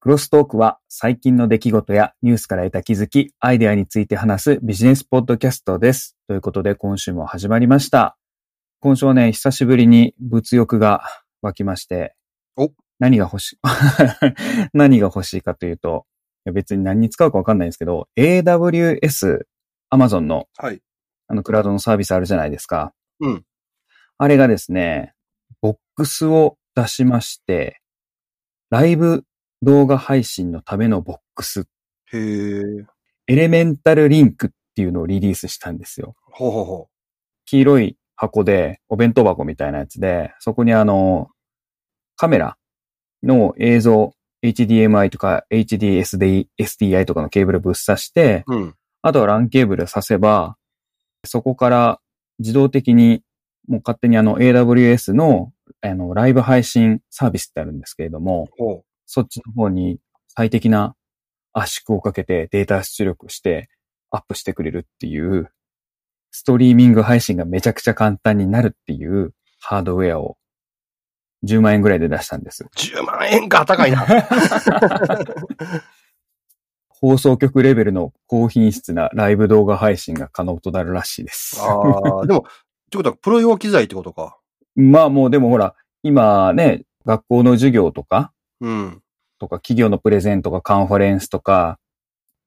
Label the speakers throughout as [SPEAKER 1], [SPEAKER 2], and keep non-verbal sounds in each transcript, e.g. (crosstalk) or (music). [SPEAKER 1] クロストークは最近の出来事やニュースから得た気づき、アイデアについて話すビジネスポッドキャストです。ということで今週も始まりました。今週はね、久しぶりに物欲が湧きまして、
[SPEAKER 2] お
[SPEAKER 1] 何が欲しい、 (laughs) 何が欲しいかというと、いや別に何に使うかわかんないんですけど、AWS、Amazon の
[SPEAKER 2] はい。
[SPEAKER 1] あの、クラウドのサービスあるじゃないですか。
[SPEAKER 2] うん。
[SPEAKER 1] あれがですね、ボックスを出しまして、ライブ動画配信のためのボックス、
[SPEAKER 2] へえ。
[SPEAKER 1] エレメンタルリンクっていうのをリリースしたんですよ。
[SPEAKER 2] ほうほうほ
[SPEAKER 1] 黄色い箱で、お弁当箱みたいなやつで、そこにあの、カメラの映像、HDMI とか HDSDI とかのケーブルぶっ刺して、
[SPEAKER 2] う。うん。
[SPEAKER 1] あとは LAN ケーブル挿せば、そこから自動的に、もう勝手にあの AWS のあのライブ配信サービスってあるんですけれども、
[SPEAKER 2] ほ
[SPEAKER 1] そっちの方に最適な圧縮をかけてデータ出力してアップしてくれるっていう、ストリーミング配信がめちゃくちゃ簡単になるっていうハードウェアを10万円ぐらいで出したんです。
[SPEAKER 2] う。10万円か高
[SPEAKER 1] (laughs)
[SPEAKER 2] いな。
[SPEAKER 1] 放送局レベルの高品質なライブ動画配信が可能となるらしいです。
[SPEAKER 2] ああ、でも、ってことは、プロ用機材ってことか。
[SPEAKER 1] まあもうでもほら、今ね、学校の授業とか、
[SPEAKER 2] うん。
[SPEAKER 1] とか企業のプレゼントとかカンファレンスとか、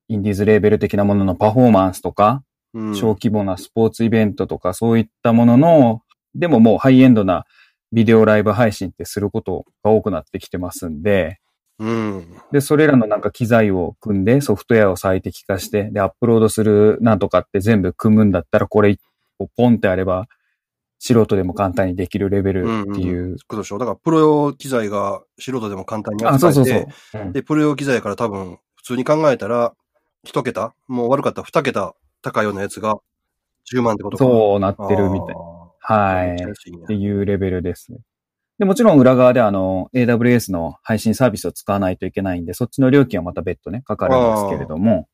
[SPEAKER 1] インディーズレーベル的なもののパフォーマンスとか、
[SPEAKER 2] うん。
[SPEAKER 1] 小規模なスポーツイベントとかそういったものの、でももうハイエンドなビデオライブ配信ってすることが多くなってきてますんで、
[SPEAKER 2] うん。
[SPEAKER 1] で、それらのなんか機材を組んで、ソフトウェアを最適化して、で、アップロードするなんとかって全部組むんだったら、これ、ポンってあれば、素人でも簡単にできるレベルっていう
[SPEAKER 2] ことでしょ。だから、プロ用機材が素人でも簡単に
[SPEAKER 1] あ、
[SPEAKER 2] 扱
[SPEAKER 1] そ
[SPEAKER 2] え
[SPEAKER 1] う
[SPEAKER 2] て
[SPEAKER 1] そうそう。うん
[SPEAKER 2] で、プロ用機材から多分、普通に考えたら、一桁もう悪かったら二桁高いようなやつが、10万ってことか。
[SPEAKER 1] そうなっ
[SPEAKER 2] う
[SPEAKER 1] てるみたい。は
[SPEAKER 2] めっちゃ
[SPEAKER 1] い。っ
[SPEAKER 2] 安いね
[SPEAKER 1] ていうレベルですね。で、もちろん裏側であの、AWS の配信サービスを使わないといけないんで、そっちの料金はまた別途ね、かかるんですけれども、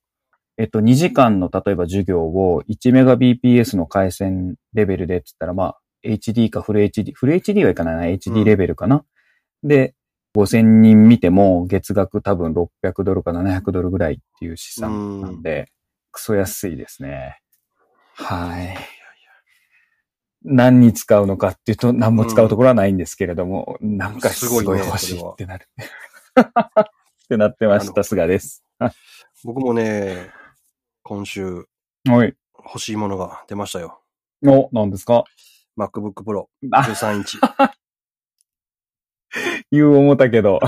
[SPEAKER 1] えっと、2時間の例えば授業を 1Mbps の回線レベルでって言ったら、まあ、HD かフル HD、フル HD はいかないな、
[SPEAKER 2] う
[SPEAKER 1] HD
[SPEAKER 2] ん
[SPEAKER 1] レベルかな。で、5000人見ても月額多分600ドルか700ドルぐらいっていう資産なんで、クソ安いですね。はい。何に使うのかっていうと、何も使うところはないんですけれども、なんかすごい
[SPEAKER 2] すごいね
[SPEAKER 1] 欲しい
[SPEAKER 2] それ
[SPEAKER 1] (laughs)
[SPEAKER 2] は
[SPEAKER 1] ってなる。ってなってまし
[SPEAKER 2] あ
[SPEAKER 1] た、菅です。
[SPEAKER 2] 僕もね、今週、
[SPEAKER 1] はい。
[SPEAKER 2] 欲しいものが出ましたよ。
[SPEAKER 1] お、何ですか
[SPEAKER 2] MacBook Pro
[SPEAKER 1] あ、
[SPEAKER 2] 13インチ。
[SPEAKER 1] 言う思ったけ (laughs) ど、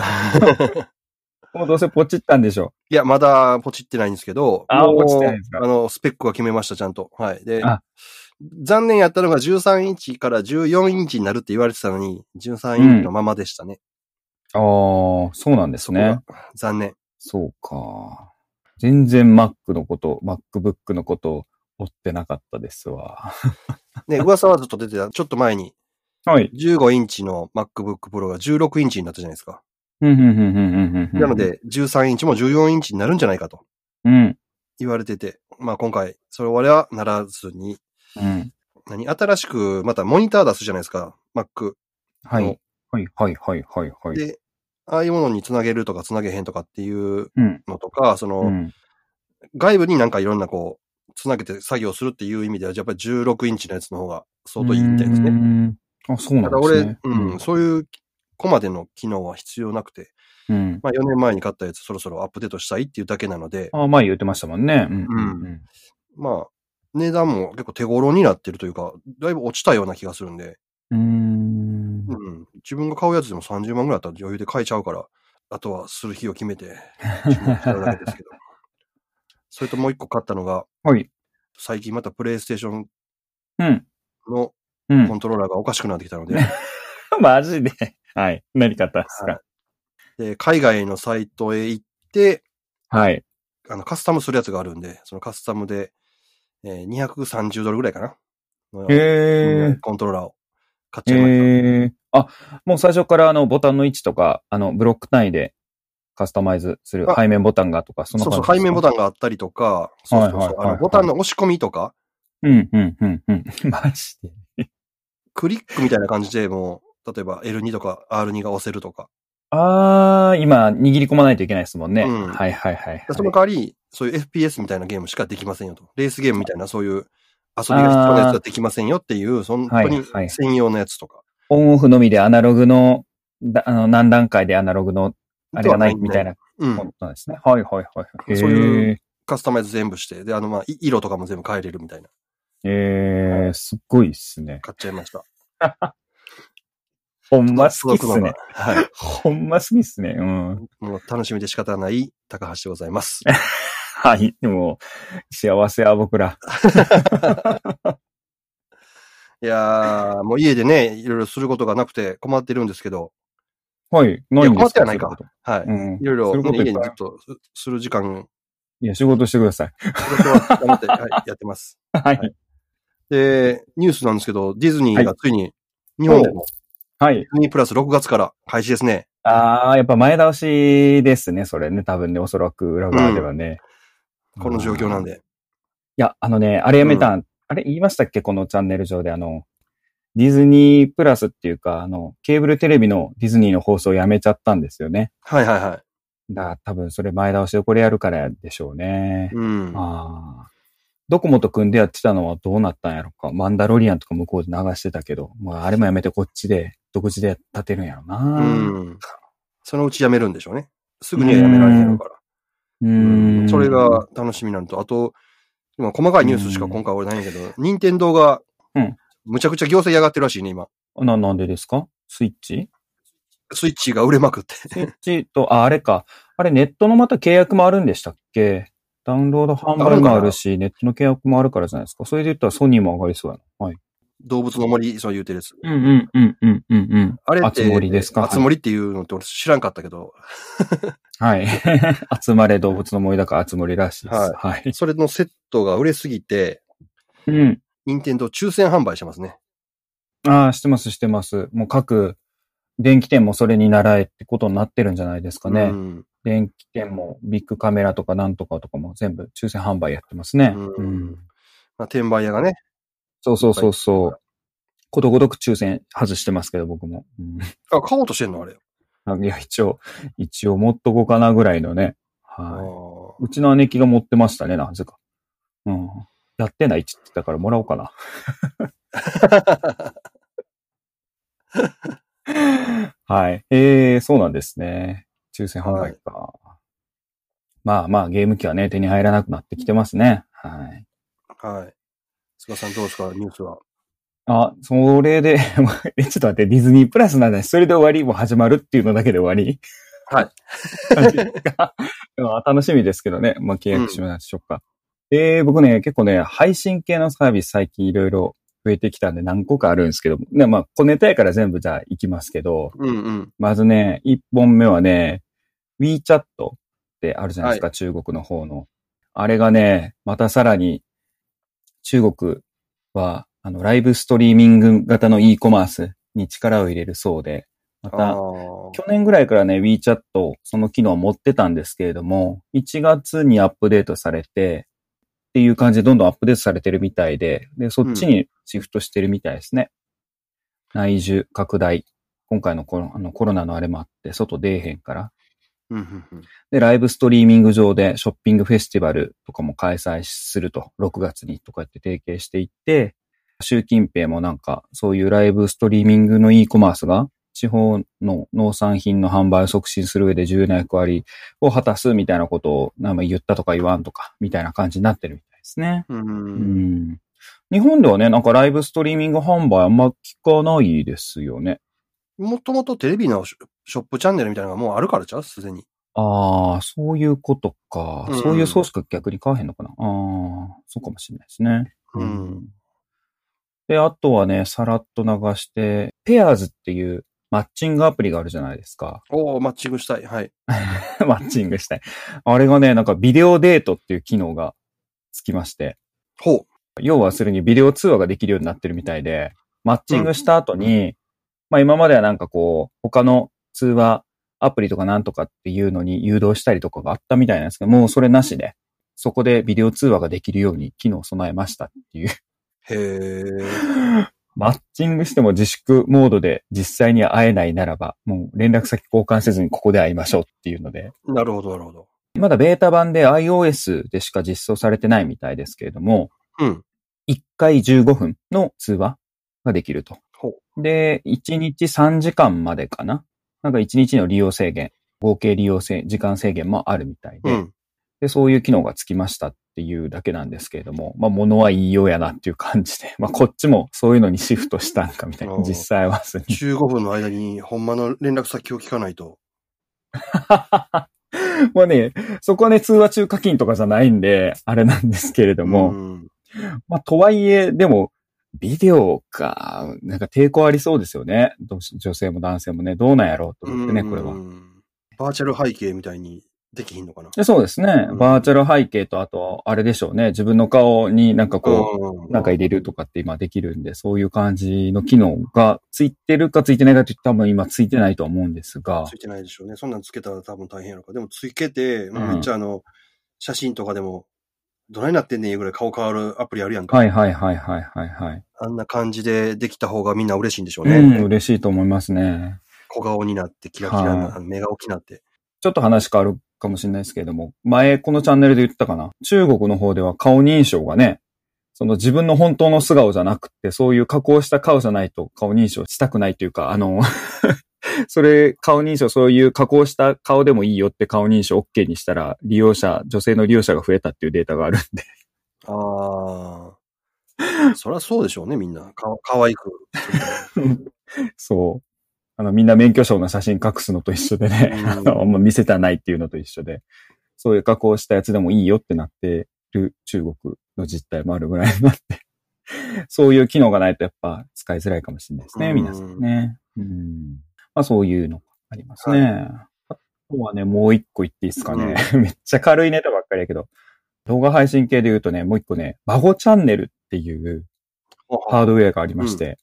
[SPEAKER 1] もうどうせポチったんでしょ
[SPEAKER 2] いや、まだポチってないんですけど、
[SPEAKER 1] あ
[SPEAKER 2] もう
[SPEAKER 1] ポチってないんですか
[SPEAKER 2] あの、スペックは決めました、ちゃんと。はい。で
[SPEAKER 1] あ、
[SPEAKER 2] 残念やったのが13インチから14インチになるって言われてたのに、13インチのままでしたね。
[SPEAKER 1] ああ、そうなんです
[SPEAKER 2] そこが、
[SPEAKER 1] ね。
[SPEAKER 2] 残念。
[SPEAKER 1] そうか。全然 Mac のこと、MacBook のことを追ってなかったですわ。
[SPEAKER 2] ね、噂はずっと出てた。ちょっ (laughs) と前に、
[SPEAKER 1] はい。
[SPEAKER 2] 15インチの MacBook Pro が16インチになったじゃないですか。
[SPEAKER 1] うんうんうんうんうんうん
[SPEAKER 2] なの、で、13インチも14インチになるんじゃないかと
[SPEAKER 1] うん。
[SPEAKER 2] 言われてて、まあ今回、それ我はならずに、
[SPEAKER 1] うん。
[SPEAKER 2] 何新しく、またモニター出すじゃないですか、Mac。
[SPEAKER 1] は
[SPEAKER 2] お
[SPEAKER 1] い。はいはいはいはいはい。
[SPEAKER 2] で、ああいうものにつなげるとかつなげへんとかっていう
[SPEAKER 1] うん。
[SPEAKER 2] のとか、その、
[SPEAKER 1] うん。
[SPEAKER 2] 外部になんかいろんなこう、つなげて作業するっていう意味では、やっぱり16インチのやつの方が相当いいみたいです
[SPEAKER 1] う
[SPEAKER 2] ね。
[SPEAKER 1] ん。あ、そうな
[SPEAKER 2] た
[SPEAKER 1] んで
[SPEAKER 2] だ
[SPEAKER 1] す
[SPEAKER 2] 俺
[SPEAKER 1] ね。、
[SPEAKER 2] うん、そういう、ここまでの機能は必要なくて、
[SPEAKER 1] うん。
[SPEAKER 2] まあ4年前に買ったやつそろそろアップデートしたいっていうだけなので、
[SPEAKER 1] あ、前言ってましたもんね。うん。うん
[SPEAKER 2] まあ、値段も結構手頃になってるというか、だいぶ落ちたような気がするんで、
[SPEAKER 1] うん。うー。
[SPEAKER 2] うんん、自分が買うやつでも30万ぐらいだったら余裕で買えちゃうから、あとはする日を決
[SPEAKER 1] (laughs)
[SPEAKER 2] めて、自分で買うだけですけど。それともう一個買ったのが、
[SPEAKER 1] はい。
[SPEAKER 2] 最近またプレイステーション
[SPEAKER 1] うん。
[SPEAKER 2] の
[SPEAKER 1] う
[SPEAKER 2] コントローラーがおかしくなってきたので、
[SPEAKER 1] (laughs) マジで。 (laughs) はい。何買ったんですか
[SPEAKER 2] で海外のサイトへ行って、
[SPEAKER 1] はい。
[SPEAKER 2] あのカスタムするやつがあるんで、そのカスタムで、えー230ドルぐらいかなの
[SPEAKER 1] へ
[SPEAKER 2] コントローラーを買っ
[SPEAKER 1] え。
[SPEAKER 2] ちゃいました。
[SPEAKER 1] へえ。あ、もう最初からあの、ボタンの位置とか、あの、ブロック単位でカスタマイズする
[SPEAKER 2] あ
[SPEAKER 1] 背面ボタンがとか、その
[SPEAKER 2] そうそう、背面ボ
[SPEAKER 1] タ
[SPEAKER 2] タンがあったりとか、そうそうそう、
[SPEAKER 1] はいはいはいはい
[SPEAKER 2] あのボタンの押し込みとか、
[SPEAKER 1] ン。うん、うん、うん、うん。 (laughs) マジで。
[SPEAKER 2] クリックみたいな感じでもう、例えば L2 とか R2 が押せるとか、
[SPEAKER 1] あー、今、握り込まないといけないですもんね。
[SPEAKER 2] うん
[SPEAKER 1] はいはいはい、はい。
[SPEAKER 2] その代わり、そういう FPS みたいなゲームしかできませんよと。レースゲームみたいな、そういう遊びが必要なやつはできませんよっていう、その
[SPEAKER 1] は
[SPEAKER 2] 本
[SPEAKER 1] い
[SPEAKER 2] 当に専用のやつとか。
[SPEAKER 1] オンオフのみでアナログの、だあの、何段階でアナログの、あれがない
[SPEAKER 2] とは
[SPEAKER 1] みたいな
[SPEAKER 2] うん
[SPEAKER 1] ことなんですね。はいはいはい。
[SPEAKER 2] そういう
[SPEAKER 1] へー。
[SPEAKER 2] カスタマイズ全部して、で、あの、まあ、い色とかも全部変えれるみたいな。
[SPEAKER 1] えー、すっごいっすね。
[SPEAKER 2] 買っちゃいました。
[SPEAKER 1] ほんま好きっ
[SPEAKER 2] 届
[SPEAKER 1] す
[SPEAKER 2] くの
[SPEAKER 1] ね
[SPEAKER 2] が。はい。
[SPEAKER 1] ほんま好きっすね。うん。
[SPEAKER 2] もう楽しみで仕方ない高橋でございます。
[SPEAKER 1] はい。でも、幸せは僕ら。
[SPEAKER 2] いやー、もう家でね、いろいろすることがなくて困ってるんですけど、
[SPEAKER 1] はい。ないんです
[SPEAKER 2] いや困ってはないかはい。
[SPEAKER 1] うん。
[SPEAKER 2] いろいろ、
[SPEAKER 1] する
[SPEAKER 2] ね
[SPEAKER 1] ことい
[SPEAKER 2] 家
[SPEAKER 1] っ
[SPEAKER 2] に
[SPEAKER 1] ぱ
[SPEAKER 2] ず
[SPEAKER 1] い
[SPEAKER 2] っ。とすする時間、
[SPEAKER 1] いや、仕事してください。
[SPEAKER 2] 仕事は頑張って、 (laughs) はいやってます。
[SPEAKER 1] はい。
[SPEAKER 2] で、ニュースなんですけど、ディズニーがついに、日本でも、
[SPEAKER 1] はい
[SPEAKER 2] デ。ィズニープラス6月から開始ですね。
[SPEAKER 1] あー、やっぱ前倒しですね、それね。多分ね、おそらく裏側ではね。
[SPEAKER 2] この状況なんで。
[SPEAKER 1] いや、あのね、あれやめたん、あれ言いましたっけこのチャンネル上で、あの、ディズニープラスっていうか、あの、ケーブルテレビのディズニーの放送をやめちゃったんですよね。
[SPEAKER 2] はいはいは
[SPEAKER 1] だから多分それ前倒しでこれやるからでしょうね
[SPEAKER 2] い。。うん。
[SPEAKER 1] ああ。ドコモと組んでやってたのはどうなったんやろか。マンダロリアンとか向こうで流してたけど、まああれもやめてこっちで、独自で立てるんやろ
[SPEAKER 2] う
[SPEAKER 1] な。
[SPEAKER 2] ん。そのうちやめるんでしょうね。すぐにはやめられへんから。
[SPEAKER 1] う
[SPEAKER 2] うん
[SPEAKER 1] ん。
[SPEAKER 2] それが楽しみなんと、あと、今細かいニュースしか今回俺ないんやけど、任天堂が
[SPEAKER 1] うん、
[SPEAKER 2] むちゃくちゃ行政上がってるらしいね、今。
[SPEAKER 1] な、なんでですかスイッチ
[SPEAKER 2] スイッチが売れまくって。
[SPEAKER 1] スイ (laughs) ッチと、あ、あれか。あれ、ネットのまた契約もあるんでしたっけダウンロード販売もあるし、ネットの契約もあるからじゃないですか。それで言ったらソニーも上がりそうやな。はい。
[SPEAKER 2] 動物の森、そう言うてるやつ。
[SPEAKER 1] うんうんうんうんうんうん。
[SPEAKER 2] あれって、
[SPEAKER 1] 熱盛ですか
[SPEAKER 2] 熱森っていうのって俺知らんかったけど、
[SPEAKER 1] はい。 (laughs) 集まれ動物の森だから集まりらしいです。はい。
[SPEAKER 2] それのセットが売れすぎて、
[SPEAKER 1] うん。
[SPEAKER 2] 任天堂抽選販売してますね。
[SPEAKER 1] ああ、してますしてます。もう各、電気店もそれに習えってことになってるんじゃないですかね。
[SPEAKER 2] うん
[SPEAKER 1] 電気店もビッグカメラとかなんとかとかも全部抽選販売やってますね。
[SPEAKER 2] うん
[SPEAKER 1] うん
[SPEAKER 2] まあ、転売屋がね、
[SPEAKER 1] そうそうそうそう。ことごとく抽選外してますけど、僕も。
[SPEAKER 2] あ、買おうとしてんのあれ。
[SPEAKER 1] (laughs) うん、いや、一応、一応持っとこうかなぐらいのね。
[SPEAKER 2] あ
[SPEAKER 1] は
[SPEAKER 2] ー
[SPEAKER 1] い。
[SPEAKER 2] (laughs)
[SPEAKER 1] うちの姉貴が持ってましたね、なぜか。うん。やってないって言ってたからもらおうか (laughs) な。はい。えー、そうなんですね。抽選販売か。まあまあ、ゲーム機はね、手に入らなくなってきてますね。はい。
[SPEAKER 2] はい。菅さんどうですか、ニュースは。
[SPEAKER 1] あ、それで、 (laughs) えちょっと待って、ディズニープラスなんだそれで終わりもう始まるっていうのだけで終わり
[SPEAKER 2] はい。
[SPEAKER 1] ま (laughs) あ楽しみですけどね。まあ、契約しましょうか。えー僕ね、結構ね、配信系のサービス最近いろいろ増えてきたんで何個かあるんですけど、ね、まあ、小ネタやから全部じゃあ行きますけど、
[SPEAKER 2] うんうん。
[SPEAKER 1] まずね、一本目はね、WeChat ってあるじゃないですか、中国の方の。あれがね、またさらに、中国は、あの、ライブストリーミング型の e コマースに力を入れるそうで、また、
[SPEAKER 2] あー
[SPEAKER 1] 去年ぐらいからね、WeChat、その機能を持ってたんですけれども、1月にアップデートされて、っていう感じでどんどんアップデートされてるみたいで、で、そっちにシフトしてるみたいですね。内需拡大。今回のコロあのコロナのあれもあって、外出えへんから。
[SPEAKER 2] うんうんうん
[SPEAKER 1] で、ライブストリーミング上でショッピングフェスティバルとかも開催すると、6月にとかって提携していって、習近平もなんか、そういうライブストリーミングの e コマースが、地方の農産品の販売を促進する上で重要な役割を果たすみたいなことを、なんか言ったとか言わんとか、みたいな感じになってるみたいですね。
[SPEAKER 2] うん
[SPEAKER 1] う
[SPEAKER 2] うんうん
[SPEAKER 1] ん。日本ではね、なんかライブストリーミング販売あんま聞かないですよね。
[SPEAKER 2] もともとテレビのショショップチャンネルみたいなのがもうあるからちゃうすでに。
[SPEAKER 1] ああ、そういうことか。
[SPEAKER 2] うん
[SPEAKER 1] そういうソースが逆に買わへんのかな。ああ、そうかもしれないですね。
[SPEAKER 2] うん。
[SPEAKER 1] で、あとはね、さらっと流して、ペアーズっていうマッチングアプリがあるじゃないですか。 (laughs)
[SPEAKER 2] おおマッチングしたい。はい。
[SPEAKER 1] マッチングしたい。あれがね、なんかビデオデートっていう機能がつきまして、
[SPEAKER 2] ほう。
[SPEAKER 1] 要はそれにビデオ通話ができるようになってるみたいで、マッチングした後に、まあ今まではなんかこう、他の通話アプリとかなんとかっていうのに誘導したりとかがあったみたいなんですけど、もうそれなしで、そこでビデオ通話ができるように機能を備えましたっていう。
[SPEAKER 2] へえ。
[SPEAKER 1] (laughs) マッチングしても自粛モードで実際に会えないならば、もう連絡先交換せずにここで会いましょうっていうので、
[SPEAKER 2] なるほど、なるほど。
[SPEAKER 1] まだベータ版で iOS でしか実装されてないみたいですけれども、
[SPEAKER 2] うん。
[SPEAKER 1] 1回15分の通話ができると
[SPEAKER 2] ほ。
[SPEAKER 1] で、1日3時間までかななんか1日の利用制限、合計利用制時間制限もあるみたいで、
[SPEAKER 2] うん。
[SPEAKER 1] で、そういう機能がつきましたっていうだけなんですけれども、まあ、物は言いようやなっていう感じで、ま (laughs) あ、こっちもそういうのにシフトしたんかみたいな
[SPEAKER 2] お、う
[SPEAKER 1] 実際はする。 (laughs)
[SPEAKER 2] 15分の間に、ほんまの連絡先を聞かないと。
[SPEAKER 1] まあね、そこはね、通話中課金とかじゃないんで、あれなんですけれども、
[SPEAKER 2] うん、
[SPEAKER 1] まあ、とはいえ、でも、ビデオか、なんか抵抗ありそうですよね。どうし女性も男性もね、どうなんやろうと思ってね、これは
[SPEAKER 2] う。んバーチャル背景みたいにできひんのかな。
[SPEAKER 1] でそうですね
[SPEAKER 2] う。ん
[SPEAKER 1] バーチャル背景と、あと、あれでしょうね。自分の顔になんかこう、なんか入れるとかって今できるんで、そういう感じの機能がついてるかついてないかって多分今ついてないと思うんですが
[SPEAKER 2] つ、いてないでしょうね。そんなんつけたら多分大変やろか。でもつけて、
[SPEAKER 1] ん
[SPEAKER 2] めっちゃあの、写真とかでも、どないなってんねんぐらい顔変わるアプリあるやんか。
[SPEAKER 1] はいはいはいはいはいはい。
[SPEAKER 2] あんな感じでできた方がみんな嬉しいんでしょうね。
[SPEAKER 1] うん、嬉しいと思いますね。
[SPEAKER 2] 小顔になって、キラキラな、
[SPEAKER 1] は
[SPEAKER 2] 目が大きなって。
[SPEAKER 1] ちょっと話変わるかもしれないですけれども、前このチャンネルで言ったかな。中国の方では顔認証がね、その自分の本当の素顔じゃなくて、そういう加工した顔じゃないと顔認証したくないというか、あの、 (laughs) それ、顔認証、そういう加工した顔でもいいよって顔認証 OK にしたら、利用者、女性の利用者が増えたっていうデータがあるんで。
[SPEAKER 2] ああ。そりゃそうでしょうね、みんな。か可愛く。
[SPEAKER 1] そう。あの、みんな免許証の写真隠すのと一緒でね、
[SPEAKER 2] うん
[SPEAKER 1] (laughs) あの、あんま見せたないっていうのと一緒で、そういう加工したやつでもいいよってなってる中国の実態もあるぐらいなんで、 (laughs) そういう機能がないとやっぱ使いづらいかもしれないですね、
[SPEAKER 2] うん
[SPEAKER 1] 皆さんね。うん。まあそういうのがありますね。あとはね、もう一個言っていいですかね。 (laughs) めっちゃ軽いネタばっかりやけど、動画配信系で言うとね、もう一個ね、孫チャンネルっていう、ハードウェアがありまして、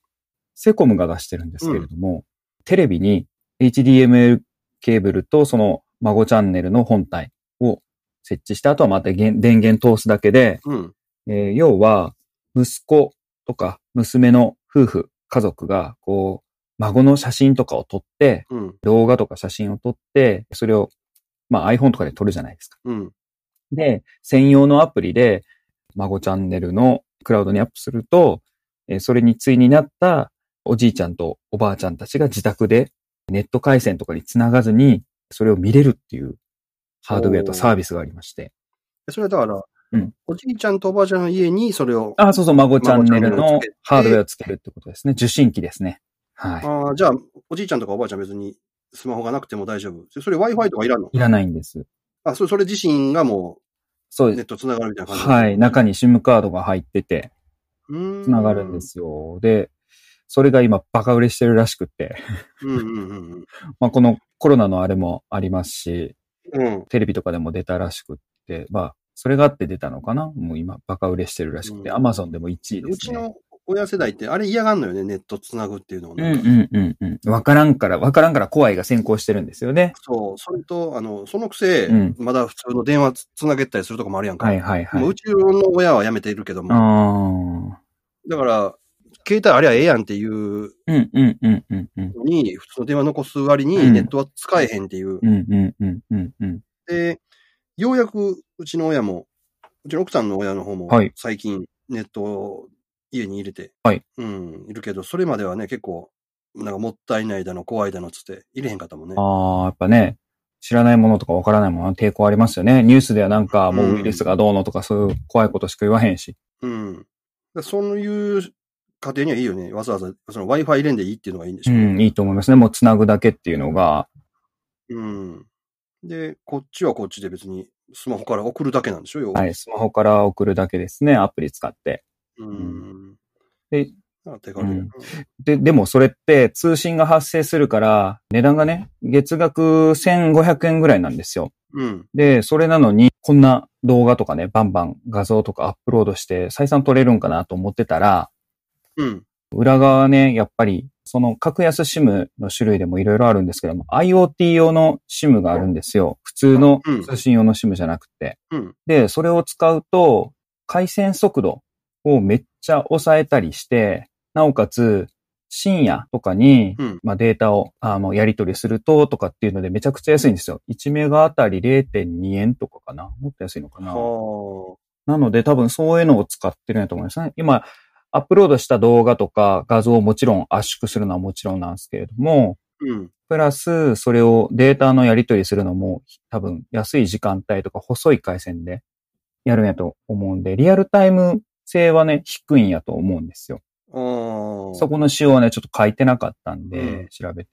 [SPEAKER 1] セコムが出してるんですけれども、テレビに HDML ケーブルとその孫チャンネルの本体を設置した後はまた電電源通すだけで、
[SPEAKER 2] うん。
[SPEAKER 1] えー要は息子とか娘の夫婦、家族がこう、孫の写真とかを撮って、
[SPEAKER 2] うん。
[SPEAKER 1] 動画とか写真を撮って、それを、まあ iPhone とかで撮るじゃないですか。
[SPEAKER 2] うん。
[SPEAKER 1] で、専用のアプリで、孫チャンネルのクラウドにアップすると、えーそれに対になったおじいちゃんとおばあちゃんたちが自宅でネット回線とかにつながずに、それを見れるっていうハードウェアとサービスがありまして。
[SPEAKER 2] それはだから、
[SPEAKER 1] うん
[SPEAKER 2] おじいちゃんとおばあちゃんの家にそれを。
[SPEAKER 1] あ、そうそう、孫チャンネル
[SPEAKER 2] 孫チャンネルを
[SPEAKER 1] の
[SPEAKER 2] つけて
[SPEAKER 1] ハードウェアをつけるってことですね。受信機ですね。は
[SPEAKER 2] あーじゃあ、おじいちゃんとかおばあちゃん別にスマホがなくても大丈夫。それ Wi-Fi とかいらんの
[SPEAKER 1] い。いらないんです。
[SPEAKER 2] あ、それ、それ自身がも
[SPEAKER 1] そう
[SPEAKER 2] う
[SPEAKER 1] で
[SPEAKER 2] ネ
[SPEAKER 1] す
[SPEAKER 2] ッ。ト繋がるみたいな感じ。
[SPEAKER 1] はい。中に SIM カードが入ってて、つ
[SPEAKER 2] つ
[SPEAKER 1] ながるんで。すよ。で、それが今バカ売れしてるらしくって。
[SPEAKER 2] うんうんうん
[SPEAKER 1] まあ、このコロナのあれもありますし、
[SPEAKER 2] うん。うん。
[SPEAKER 1] テレビとかでも出たらしくって、まあ、それがあって出たのかなもう今、バカ売れしてるらしくて、
[SPEAKER 2] うん
[SPEAKER 1] アマゾンでも1位で
[SPEAKER 2] う
[SPEAKER 1] す
[SPEAKER 2] ち
[SPEAKER 1] ね。
[SPEAKER 2] の親世代って、あれ嫌がんのよね、ネット繋ぐっていうのを
[SPEAKER 1] う
[SPEAKER 2] ね、
[SPEAKER 1] んうんうんうん。わからんから、わからんから怖いが先行してるんですよね。
[SPEAKER 2] そう、それと、あの、そのくせ、
[SPEAKER 1] うん
[SPEAKER 2] まだ普通の電話つ繋げたりするとこもあるやんか。
[SPEAKER 1] はいはいは
[SPEAKER 2] もう
[SPEAKER 1] い。
[SPEAKER 2] うちの親はやめているけど
[SPEAKER 1] あ
[SPEAKER 2] も、
[SPEAKER 1] あ。
[SPEAKER 2] だから、携帯ありゃええやんっていう
[SPEAKER 1] うんうんうんうんうん。
[SPEAKER 2] のに、普通の電話残す割
[SPEAKER 1] うん
[SPEAKER 2] にネットは使えへんっていう。
[SPEAKER 1] うんうんうんうんうん。
[SPEAKER 2] で、ようやくうちの親も、うちの奥さんの親の方も
[SPEAKER 1] はい、
[SPEAKER 2] 最近ネットを家に入れて、
[SPEAKER 1] はい
[SPEAKER 2] うん、いるけど、それまではね、結構、なんかもったいないだの、怖いだのっつって、入れへんかったもんね。
[SPEAKER 1] ああ、やっぱね、知らないものとかわからないものは抵抗ありますよね。ニュースではなんかもうウイルスがどうのとかそういう怖いことしか言わへんし。
[SPEAKER 2] うん。だからそういう家庭にはいいよね。わざわざその Wi-Fi 入れんでいいっていうのがいいんでし
[SPEAKER 1] う
[SPEAKER 2] ょうね、
[SPEAKER 1] ん、いいと思いますね。もう繋ぐだけっていうのが。
[SPEAKER 2] うん。で、こっちはこっちで別にスマホから送るだけなんでしょ、要は
[SPEAKER 1] はい、スマホから送るだけですね。アプリ使って。
[SPEAKER 2] うん。
[SPEAKER 1] で、
[SPEAKER 2] だから手軽やな
[SPEAKER 1] うんで、でもそれって通信が発生するから、値段がね、月額1500円ぐらいなんですよ。
[SPEAKER 2] うん。
[SPEAKER 1] で、それなのに、こんな動画とかね、バンバン画像とかアップロードして、採算取れるんかなと思ってたら、
[SPEAKER 2] うん。
[SPEAKER 1] 裏側はね、やっぱり、その格安 SIM の種類でもいろいろあるんですけども、IoT 用の SIM があるんですよ。普通の
[SPEAKER 2] うん
[SPEAKER 1] 通信用の SIM じゃなくて。
[SPEAKER 2] うん。
[SPEAKER 1] で、それを使うと、回線速度をめっちゃ抑えたりして、なおかつ、深夜とかに、
[SPEAKER 2] うん
[SPEAKER 1] まあ、データをあのやり取りするととかっていうのでめちゃくちゃ安いんですよ。1メガあたり0.2円とかかな。もっと安いのかな。
[SPEAKER 2] は
[SPEAKER 1] なので多分そういうのを使ってるんやと思いますね。今、アップロードした動画とか画像をもちろん圧縮するのはもちろんなんですけれども、
[SPEAKER 2] あ。うん。
[SPEAKER 1] プラスそれをデータのやり取りするのも多分安い時間帯とか細い回線でやるんやと思うんで、リアルタイム性はね、低いんやと思うんですよ。
[SPEAKER 2] ああ。
[SPEAKER 1] そこの仕様はね、ちょっと書いてなかったんで、
[SPEAKER 2] うん
[SPEAKER 1] 調べて。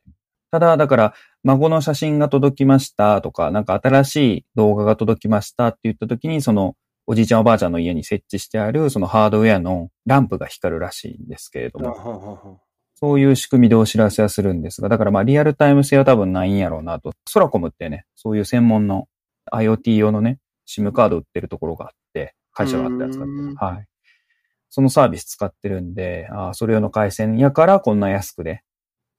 [SPEAKER 1] ただ、だから、孫の写真が届きましたとか、なんか新しい動画が届きましたって言った時に、その、おじいちゃんおばあちゃんの家に設置してある、そのハードウェアのランプが光るらしいんですけれど
[SPEAKER 2] あは
[SPEAKER 1] も、
[SPEAKER 2] はは
[SPEAKER 1] そういう仕組みでお知らせはするんですが、だからまあリアルタイム性は多分ないんやろうなと。ソラコムってね、そういう専門の IoT 用のね、SIM カード売ってるところがあって、会社があって扱って
[SPEAKER 2] うーん
[SPEAKER 1] る。はい。そのサービス使ってるんで、あーそれ用の回線やからこんな安くで、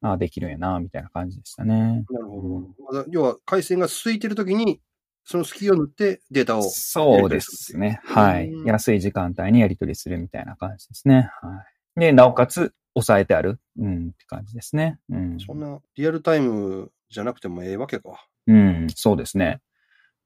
[SPEAKER 1] あーできるんやな、みたいな感じでしたね。
[SPEAKER 2] なるほど。まあ要は、回線が空いてるときに、その隙を塗ってデータを。。
[SPEAKER 1] そうですね。はいう
[SPEAKER 2] ん
[SPEAKER 1] 安い時間帯にやり取りするみたいな感じですね。はい。で、なおかつ、抑えてある。うん、って感じですね。うん。
[SPEAKER 2] そんな、リアルタイムじゃなくてもええわけか。
[SPEAKER 1] うん、そうですね。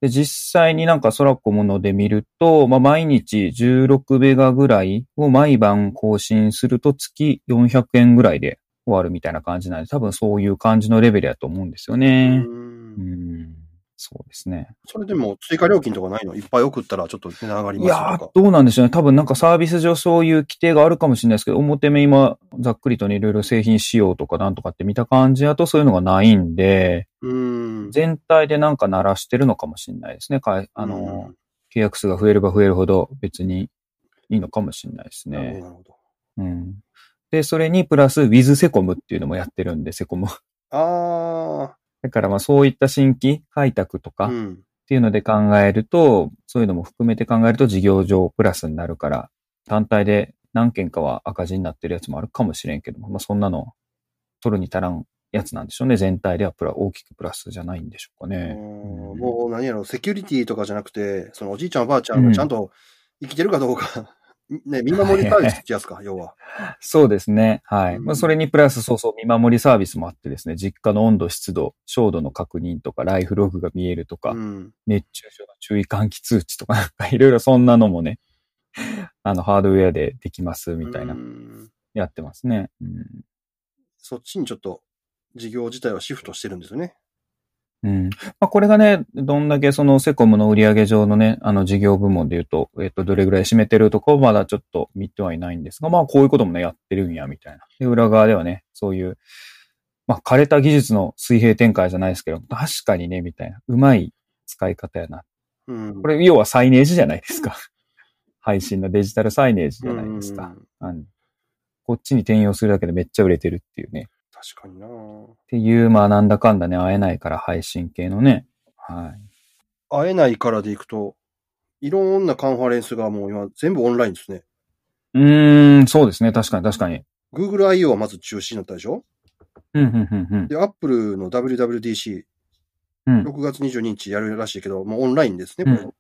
[SPEAKER 1] で、実際になんか空コムので見ると、まあ、毎日16ベガぐらいを毎晩更新すると月400円ぐらいで終わるみたいな感じなんで、多分そういう感じのレベルやと思うんですよ
[SPEAKER 2] う。
[SPEAKER 1] ね。うんん、そうですね。
[SPEAKER 2] それでも追加料金とかないのいっぱい送ったらちょっと値段上がり
[SPEAKER 1] い
[SPEAKER 2] ますよ
[SPEAKER 1] やー
[SPEAKER 2] とか。
[SPEAKER 1] どうなんでしょうね。多分なんかサービス上そういう規定があるかもしれないですけど、表面今、ざっくりとね、いろいろ製品仕様とかなんとかって見た感じだとそういうのがないんで、
[SPEAKER 2] うん。
[SPEAKER 1] 全体でなんか鳴らしてるのかもしれないですね。かいあの、契約数が増えれば増えるほど別にいいのかもしれないです
[SPEAKER 2] うん、なるほど
[SPEAKER 1] ね。
[SPEAKER 2] なるほど。
[SPEAKER 1] うん。で、それにプラス with セコムっていうのもやってるんで、セコム。 (laughs)
[SPEAKER 2] あ
[SPEAKER 1] だからまあそういった新規開拓とか
[SPEAKER 2] あ。
[SPEAKER 1] っ
[SPEAKER 2] うん。
[SPEAKER 1] ていうので考えると、そういうのも含めて考えると事業上プラスになるから、単体で何件かは赤字になってるやつもあるかもしれんけども、まあそんなの取るに足らんやつなんでしょうね。全体ではプラ大きくプラスじゃないんでしょうかね。
[SPEAKER 2] うん
[SPEAKER 1] うん
[SPEAKER 2] もう何やろ、セキュリティとかじゃなくて、そのおじいちゃんおばあちゃんがちゃんと生きてるかどうか、 (laughs) ね、見守りサービスってやつか、要は。
[SPEAKER 1] そうですね。はい。
[SPEAKER 2] うん
[SPEAKER 1] まあ、それにプラス、そうそう、見守りサービスもあってですね、実家の温度、湿度、照度の確認とか、ライフログが見えるとか、
[SPEAKER 2] うん。
[SPEAKER 1] 熱中症の注意喚起通知とか、 (laughs) なんかいろいろそんなのもね、あの、ハードウェアでできます、みたいな、
[SPEAKER 2] うん
[SPEAKER 1] やってますね。うん。
[SPEAKER 2] そっちにちょっと事業自体はシフトしてるんですよね。
[SPEAKER 1] うん。まあ、これがね、どんだけそのセコムの売上上のね、あの事業部門で言うと、えっと、どれぐらい占めてるとかをまだちょっと見てはいないんですが、まあ、こういうこともね、やってるんや、みたいな。で、裏側ではね、そういう、まあ、枯れた技術の水平展開じゃないですけど、確かにね、みたいな。うまい使い方やな。
[SPEAKER 2] うん。
[SPEAKER 1] これ、要はサイネージじゃないですか。 (laughs) 配信のデジタルサイネージじゃないです
[SPEAKER 2] う
[SPEAKER 1] か
[SPEAKER 2] ん。。
[SPEAKER 1] あのこっちに転用するだけでめっちゃ売れてるっていうね。
[SPEAKER 2] 確かにな
[SPEAKER 1] っていう、まあ、なんだかんだね、会えないから配信系のね。はい。
[SPEAKER 2] 会えないからでいくと、いろんなカンファレンスがもう今全部オンラインですね。
[SPEAKER 1] うーん、そうですね。確かに確かに。
[SPEAKER 2] Google I.O. はまず中止になったでしょ
[SPEAKER 1] うん、うん、
[SPEAKER 2] で、Apple の WWDC、
[SPEAKER 1] うん、うん。
[SPEAKER 2] 6月22日やるらしいけど、もうオンラインですね、これ。
[SPEAKER 1] うん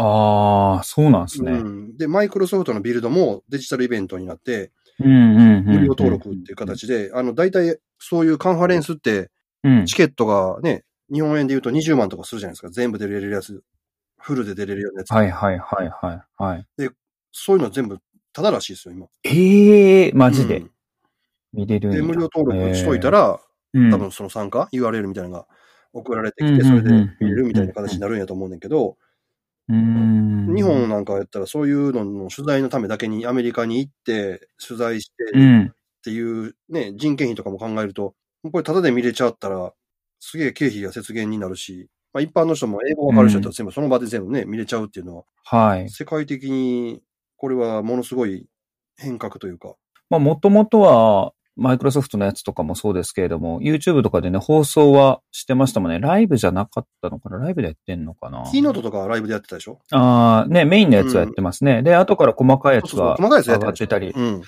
[SPEAKER 1] ああ、そうなんですね。うん、
[SPEAKER 2] うん、で、マイクロソフトのビルドもデジタルイベントになって、
[SPEAKER 1] うん、うん。
[SPEAKER 2] 無料登録っていう形で、あの、大体そういうカンファレンスって、
[SPEAKER 1] うん。
[SPEAKER 2] チケットがね、日本円で言うと20万とかするじゃないですか。全部出れるやつ。フルで出れるようなやつ。
[SPEAKER 1] はい、はい、はい、はい、はい。
[SPEAKER 2] そういうの全部、ただらしいですよ、今。
[SPEAKER 1] ええー、マジ
[SPEAKER 2] う
[SPEAKER 1] で
[SPEAKER 2] ん。
[SPEAKER 1] 見れるんや
[SPEAKER 2] で、無料登録しといた、ら、
[SPEAKER 1] えー
[SPEAKER 2] 多、分その参加、URL みたいなのが送られてき
[SPEAKER 1] うん
[SPEAKER 2] て、それで
[SPEAKER 1] うん
[SPEAKER 2] 見れるみたいな形になるんやと思うねんだけど、
[SPEAKER 1] うん、うん
[SPEAKER 2] 日本なんかやったらそういうのの取材のためだけにアメリカに行って、取材して
[SPEAKER 1] う
[SPEAKER 2] っ
[SPEAKER 1] ん。
[SPEAKER 2] ていうね、人件費とかも考えると、これタダで見れちゃったら、すげえ経費が節減になるし、まあ、一般の人も英語わかる人だったら全部その場で全部ね、見れちゃうっていうのは、
[SPEAKER 1] はい。
[SPEAKER 2] 世界的にこれはものすごい変革というか、
[SPEAKER 1] まあ、もともとは、マイクロソフトのやつとかもそうですけれども、YouTube とかでね、放送はしてましたもんね。ライブじゃなかったのかなライブでやってんのかな
[SPEAKER 2] キーノートとかライブでやってたでしょ
[SPEAKER 1] ああ、ね、メインのやつはやってますね。で、後から細かいやつは
[SPEAKER 2] 細かいやつや
[SPEAKER 1] 上
[SPEAKER 2] っ
[SPEAKER 1] が
[SPEAKER 2] てた
[SPEAKER 1] っ
[SPEAKER 2] でしょ
[SPEAKER 1] てたり。
[SPEAKER 2] うん。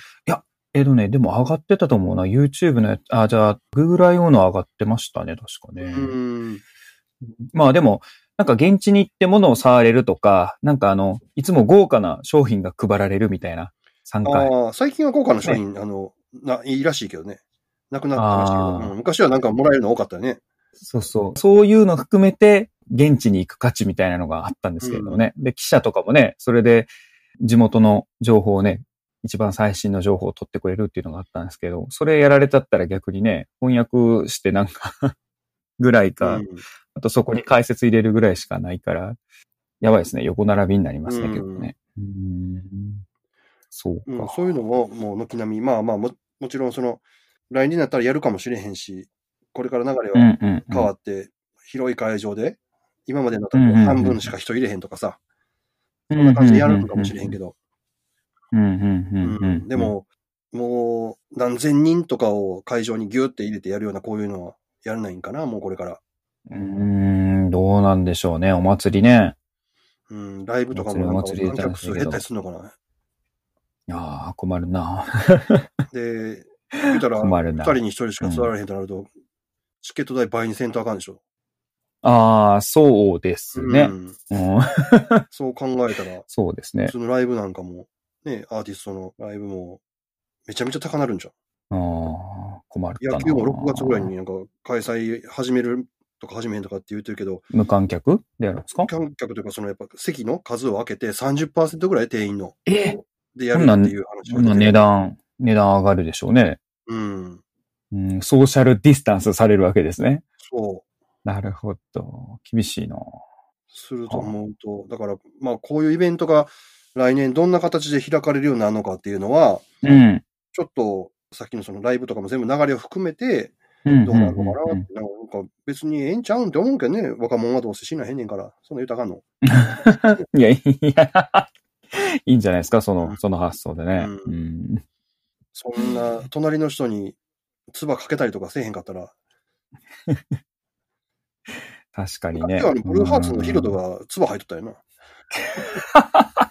[SPEAKER 1] えっとね、でも上がってたと思うな。YouTube のやつ、あ、じゃあ、Google I.O. の上がってましたね、確かね。
[SPEAKER 2] うん。
[SPEAKER 1] まあでも、なんか現地に行って物を触れるとか、なんかあの、いつも豪華な商品が配られるみたいな参加。
[SPEAKER 2] ああ、最近は豪華な商品、あの、な、いいらしいけどね。なくなったらしいけ
[SPEAKER 1] あー
[SPEAKER 2] ど、うん昔はなんかもらえるの多かったよね。
[SPEAKER 1] そうそう。そういうの含めて、現地に行く価値みたいなのがあったんですけれどもね。で、記者とかもね、それで地元の情報をね、一番最新の情報を取ってくれるっていうのがあったんですけど、それやられちゃったら逆にね、翻訳してなんか、 (laughs) ぐらいか、
[SPEAKER 2] うん
[SPEAKER 1] あとそこに解説入れるぐらいしかないから、やばいですね。横並びになりますね、
[SPEAKER 2] うん
[SPEAKER 1] 結構ね。うーん。そう
[SPEAKER 2] うん
[SPEAKER 1] か。
[SPEAKER 2] そういうのも、もう軒並み、まあまあも、もちろんその、来年になったらやるかもしれへんし、これから流れ
[SPEAKER 1] うんう
[SPEAKER 2] は
[SPEAKER 1] んうん。
[SPEAKER 2] 変わって、広い会場で、今までの
[SPEAKER 1] うんうんうん
[SPEAKER 2] 半分しか人入れへんとかさ、そんな感じでやるのかもしれへんけど、
[SPEAKER 1] うんうんうんうんう。
[SPEAKER 2] うんんでも、もう何千人とかを会場にギュって入れてやるようなこういうのはやらないんかな、もうこれから。
[SPEAKER 1] うーん、どうなんでしょうね。お祭りね。
[SPEAKER 2] うん、ライブとかもなんか
[SPEAKER 1] 祭り
[SPEAKER 2] 観
[SPEAKER 1] 祭り
[SPEAKER 2] 客数減ったりするのかな。
[SPEAKER 1] いやー、困るな。
[SPEAKER 2] で、言うたら、
[SPEAKER 1] (laughs) 困
[SPEAKER 2] 二
[SPEAKER 1] るな
[SPEAKER 2] 人に一人しか座られへんとなると、チケット代倍にせんとあかんでしょ。
[SPEAKER 1] ああ、そうですね
[SPEAKER 2] う。ん
[SPEAKER 1] うん、 (laughs)
[SPEAKER 2] そう考えたら、
[SPEAKER 1] そうです (laughs) ね
[SPEAKER 2] 普。通のライブなんかも、ね、アーティストのライブも、めちゃめちゃ高なるんじゃん。
[SPEAKER 1] あー困るかな。
[SPEAKER 2] 野球も6月ぐらいになんか開催始めるとか始めへんとかって言ってるけど、
[SPEAKER 1] 無観客でやるんですか
[SPEAKER 2] 観客というかそのやっぱ席の数を空けて30%ぐらい定員の
[SPEAKER 1] え
[SPEAKER 2] でやるっていう話
[SPEAKER 1] 今値段、値段上がるでしょうね。
[SPEAKER 2] うん。
[SPEAKER 1] うん、ソーシャルディスタンスされるわけですね。
[SPEAKER 2] そう。
[SPEAKER 1] なるほど。厳しいな。
[SPEAKER 2] すると思うと、だから、まあこういうイベントが来年どんな形で開かれるようになるのかっていうのは、
[SPEAKER 1] うん。
[SPEAKER 2] ちょっとさっきのそのライブとかも全部流れを含めて、
[SPEAKER 1] うん
[SPEAKER 2] どうなるのか
[SPEAKER 1] うんうんう
[SPEAKER 2] なんって、なんか別にええんちゃうんって思うけどね、若者はどうせ死なへんねんから、そんな言うたらあかんの。
[SPEAKER 1] いや、いや、いいんじゃないですか、その、その発想でね。
[SPEAKER 2] う
[SPEAKER 1] うん、
[SPEAKER 2] そんな隣の人に唾かけたりとかせえへんかったら、
[SPEAKER 1] 確かに
[SPEAKER 2] 今
[SPEAKER 1] ね
[SPEAKER 2] 日。はブルーハーツのヒロトが唾吐いとったよな。
[SPEAKER 1] (laughs)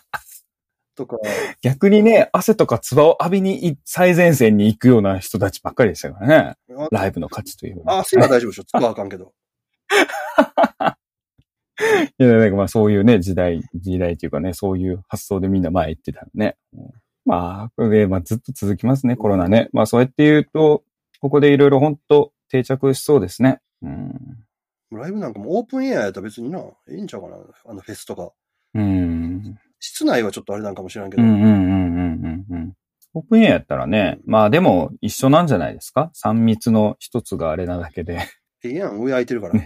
[SPEAKER 2] とか、
[SPEAKER 1] 逆にね、汗とか唾を浴びにい最前線に行くような人たちばっかりでしたからね。ライブの価値という
[SPEAKER 2] あ、汗は大丈夫でしょ。唾はあかんけど。
[SPEAKER 1] いや、なんかまあそういうね、時代、時代というかね、そういう発想でみんな前行ってたのね。まあ、これで、まあずっと続きますね、コロナね。まあそうやって言うと、ここでいろいろ本当定着しそうですね。うん。
[SPEAKER 2] ライブなんかもオープンエアやったら別にな、ええんちゃうかな。あのフェスとか。
[SPEAKER 1] うん。
[SPEAKER 2] 室内はちょっとあれなんかもしれんけ
[SPEAKER 1] う
[SPEAKER 2] ど。
[SPEAKER 1] んうんうんうんうんうん。オープンエアやったらね、まあでも一緒なんじゃないですか ?3 密の一つがあれなだけで、
[SPEAKER 2] ええやん、上空いてるから。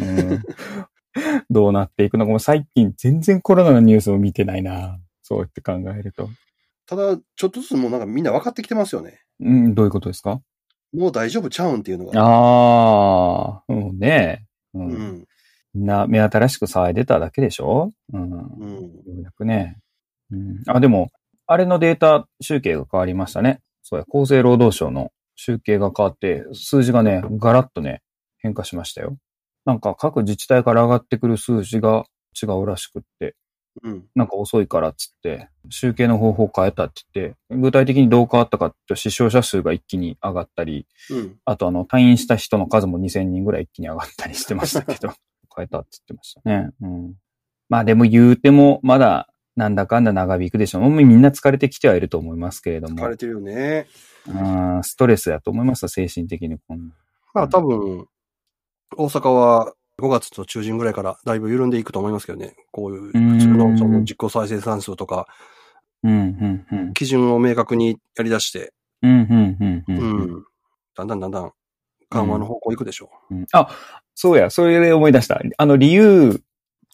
[SPEAKER 1] うん、 (laughs) どうなっていくのかも最近全然コロナのニュースを見てないな。そうやって考えると。
[SPEAKER 2] ただ、ちょっとずつもうなんかみんな分かってきてますよね。
[SPEAKER 1] うん、どういうことですか
[SPEAKER 2] もう大丈夫ちゃうんっていうのが。
[SPEAKER 1] ああ、うんね。う。
[SPEAKER 2] うんん。
[SPEAKER 1] みんな目新しく騒いでただけでしょうん。よ
[SPEAKER 2] うん。
[SPEAKER 1] うやくね。うん。あ、でも、あれのデータ集計が変わりましたね。そうや、厚生労働省の集計が変わって、数字がね、ガラッとね、変化しましたよ。なんか各自治体から上がってくる数字が違うらしくって、
[SPEAKER 2] うん。
[SPEAKER 1] なんか遅いからっつって、集計の方法変えたって言って、具体的にどう変わったかっていうと、死傷者数が一気に上がったり、
[SPEAKER 2] うん。
[SPEAKER 1] あと、あの、退院した人の数も2000人ぐらい一気に上がったりしてましたけど、
[SPEAKER 2] (laughs)
[SPEAKER 1] 変えたって言ってましたね。うん。まあでも言うても、まだ、なんだかんだ長引くでしょう。もうみんな疲れてきてはいると思いますけれども
[SPEAKER 2] 疲れ。てるよね。
[SPEAKER 1] うん、ストレスだと思いますよ精神的にこんな。
[SPEAKER 2] まあ多分、大阪は5月と中旬ぐらいからだいぶ緩んでいくと思いますけどね。こういう、
[SPEAKER 1] うん
[SPEAKER 2] 普通のその実効再生産数とか、
[SPEAKER 1] うん、うん、うん。
[SPEAKER 2] 基準を明確にやり出して、
[SPEAKER 1] うん、うん、うん
[SPEAKER 2] う
[SPEAKER 1] うん。
[SPEAKER 2] ん。だんだんだんだん緩和の方向行くでしょ
[SPEAKER 1] うんあ、そうや、それで思い出した。あの、理由
[SPEAKER 2] う。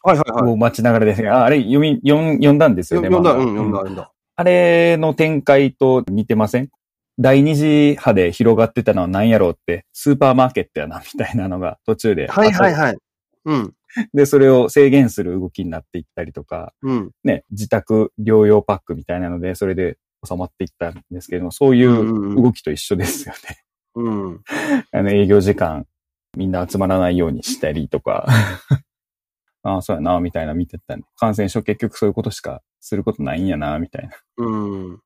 [SPEAKER 2] はいはいはい。
[SPEAKER 1] を待ちながらですね、ああれ読み、読ん読んだんですよね。
[SPEAKER 2] 読んだ、
[SPEAKER 1] ま
[SPEAKER 2] う
[SPEAKER 1] だ
[SPEAKER 2] ん、読んだ、読んだ。
[SPEAKER 1] あれの展開と似てません第二次波で広がってたのは何やろうって、スーパーマーケットやな、みたいなのが途中で。
[SPEAKER 2] はいはいはい。うん、
[SPEAKER 1] で、それを制限する動きになっていったりとか、
[SPEAKER 2] うん。
[SPEAKER 1] ね、自宅療養パックみたいなので、それで収まっていったんですけども、そうい
[SPEAKER 2] うん
[SPEAKER 1] う
[SPEAKER 2] うん
[SPEAKER 1] 動きと一緒ですよね。 (laughs)
[SPEAKER 2] うん。うん。
[SPEAKER 1] あの、営業時間、みんな集まらないようにしたりとか、 (laughs) ああ、そうやな、みたいな見てたんで、感染症結局そういうことしかすることないんやな、みたいな。
[SPEAKER 2] うん。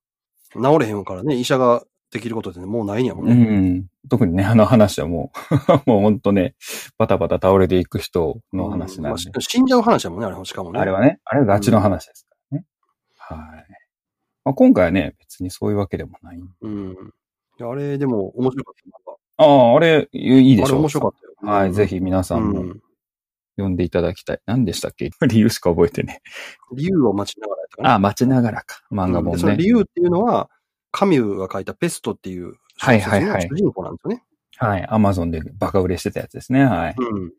[SPEAKER 2] 治れへんからね、医者ができることってねもうないんやもん
[SPEAKER 1] う
[SPEAKER 2] ね。
[SPEAKER 1] ん。特にね、あの話はもう、 (laughs) もう本当ね、バタバタ倒れていく人の話なんで
[SPEAKER 2] まあ。死んじゃう話やもんね、あれ、しかもね。
[SPEAKER 1] あれはね、あれはガチの話ですからね。はい。まあ、今回はね、別にそういうわけでもない。
[SPEAKER 2] うん。いやあれ、でも面白かっ
[SPEAKER 1] ああ、あれ、いい
[SPEAKER 2] た。
[SPEAKER 1] で
[SPEAKER 2] あ
[SPEAKER 1] し
[SPEAKER 2] れ
[SPEAKER 1] ょ
[SPEAKER 2] 面白かったよ。
[SPEAKER 1] はい、ぜ
[SPEAKER 2] ひ。
[SPEAKER 1] ひ皆さん
[SPEAKER 2] う
[SPEAKER 1] も
[SPEAKER 2] ん。
[SPEAKER 1] 読んでいただきたい。何でしたっけ (laughs) 理由しか覚えてね。
[SPEAKER 2] 理由を待ちながらやったかな
[SPEAKER 1] ああ、待ちながらか。漫画
[SPEAKER 2] うん
[SPEAKER 1] 本
[SPEAKER 2] でその
[SPEAKER 1] ね。
[SPEAKER 2] 理由っていうのは、カミューが書いたペストっていう小説の
[SPEAKER 1] はいはいはい
[SPEAKER 2] 主人公なんですよね。
[SPEAKER 1] はい、アマゾンでバカ売れしてたやつですね。はい。
[SPEAKER 2] うん。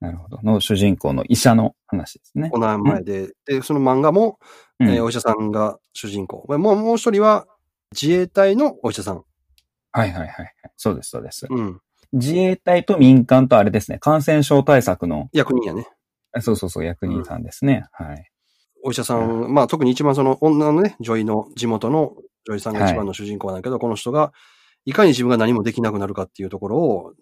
[SPEAKER 1] なるほど。の主人公の医者の話ですね。
[SPEAKER 2] お名前で。で、その漫画も、
[SPEAKER 1] うん
[SPEAKER 2] えーお医者さんが主人公。まあもう、もう一人は自衛隊のお医者さん。
[SPEAKER 1] はいはいはいはい。そうです、そうです。
[SPEAKER 2] うん。
[SPEAKER 1] 自衛隊と民間とあれですね、感染症対策の、
[SPEAKER 2] 役人やね。
[SPEAKER 1] あそうそうそう、役人さんですね。はい。
[SPEAKER 2] お医者さん、まあ特に一番その女のね、女医の地元の女医さんが一番の主人公なんだけど、この人が、いかに自分が何もできなくなるかっていうところを、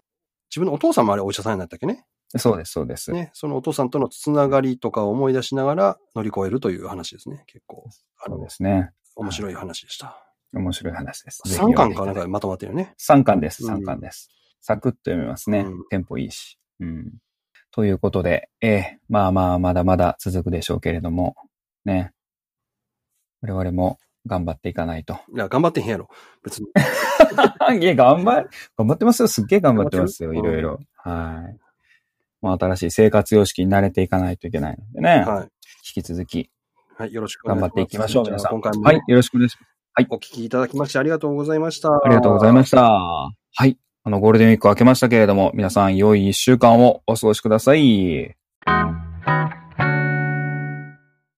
[SPEAKER 2] 自分のお父さんもあれお医者さんになったっけね。
[SPEAKER 1] そうです、そうです。
[SPEAKER 2] ね。そのお父さんとのつながりとかを思い出しながら乗り越えるという話ですね。結構、あ
[SPEAKER 1] そう
[SPEAKER 2] の
[SPEAKER 1] で、すね。
[SPEAKER 2] 面白い話でした。
[SPEAKER 1] 面白い話です。ぜひ
[SPEAKER 2] 3巻か
[SPEAKER 1] 読
[SPEAKER 2] なん
[SPEAKER 1] んでいただいて
[SPEAKER 2] かまとまってるね。
[SPEAKER 1] 三巻です、
[SPEAKER 2] うん
[SPEAKER 1] 三巻です。サクッと読めますね。
[SPEAKER 2] うん
[SPEAKER 1] テンポいいし。うん。ということで、ええまあまあ、まだまだ続くでしょうけれども、ね。我々も頑張っていかないと。 (laughs)
[SPEAKER 2] いや、頑張ってへんやろ。別に。
[SPEAKER 1] いや、頑張、頑張ってますよ。すっげえ頑張ってますよ。い
[SPEAKER 2] 頑張って
[SPEAKER 1] ろ
[SPEAKER 2] る
[SPEAKER 1] いろ。はい。もう新しい生活様式に慣れていかないといけないのでね。
[SPEAKER 2] はい。
[SPEAKER 1] 引き続き
[SPEAKER 2] はい、よろしくお願
[SPEAKER 1] 頑張
[SPEAKER 2] いします。
[SPEAKER 1] っていきましょう、皆さ
[SPEAKER 2] じゃあ
[SPEAKER 1] ん。
[SPEAKER 2] 今回も、
[SPEAKER 1] はい、よろしくお願いします。
[SPEAKER 2] お聞きいただきましてありがとうございました。あ
[SPEAKER 1] ありがとうございました。はい。あの、ゴールデンウィーク明けましたけれども、皆さん良い一週間をお過ごしください。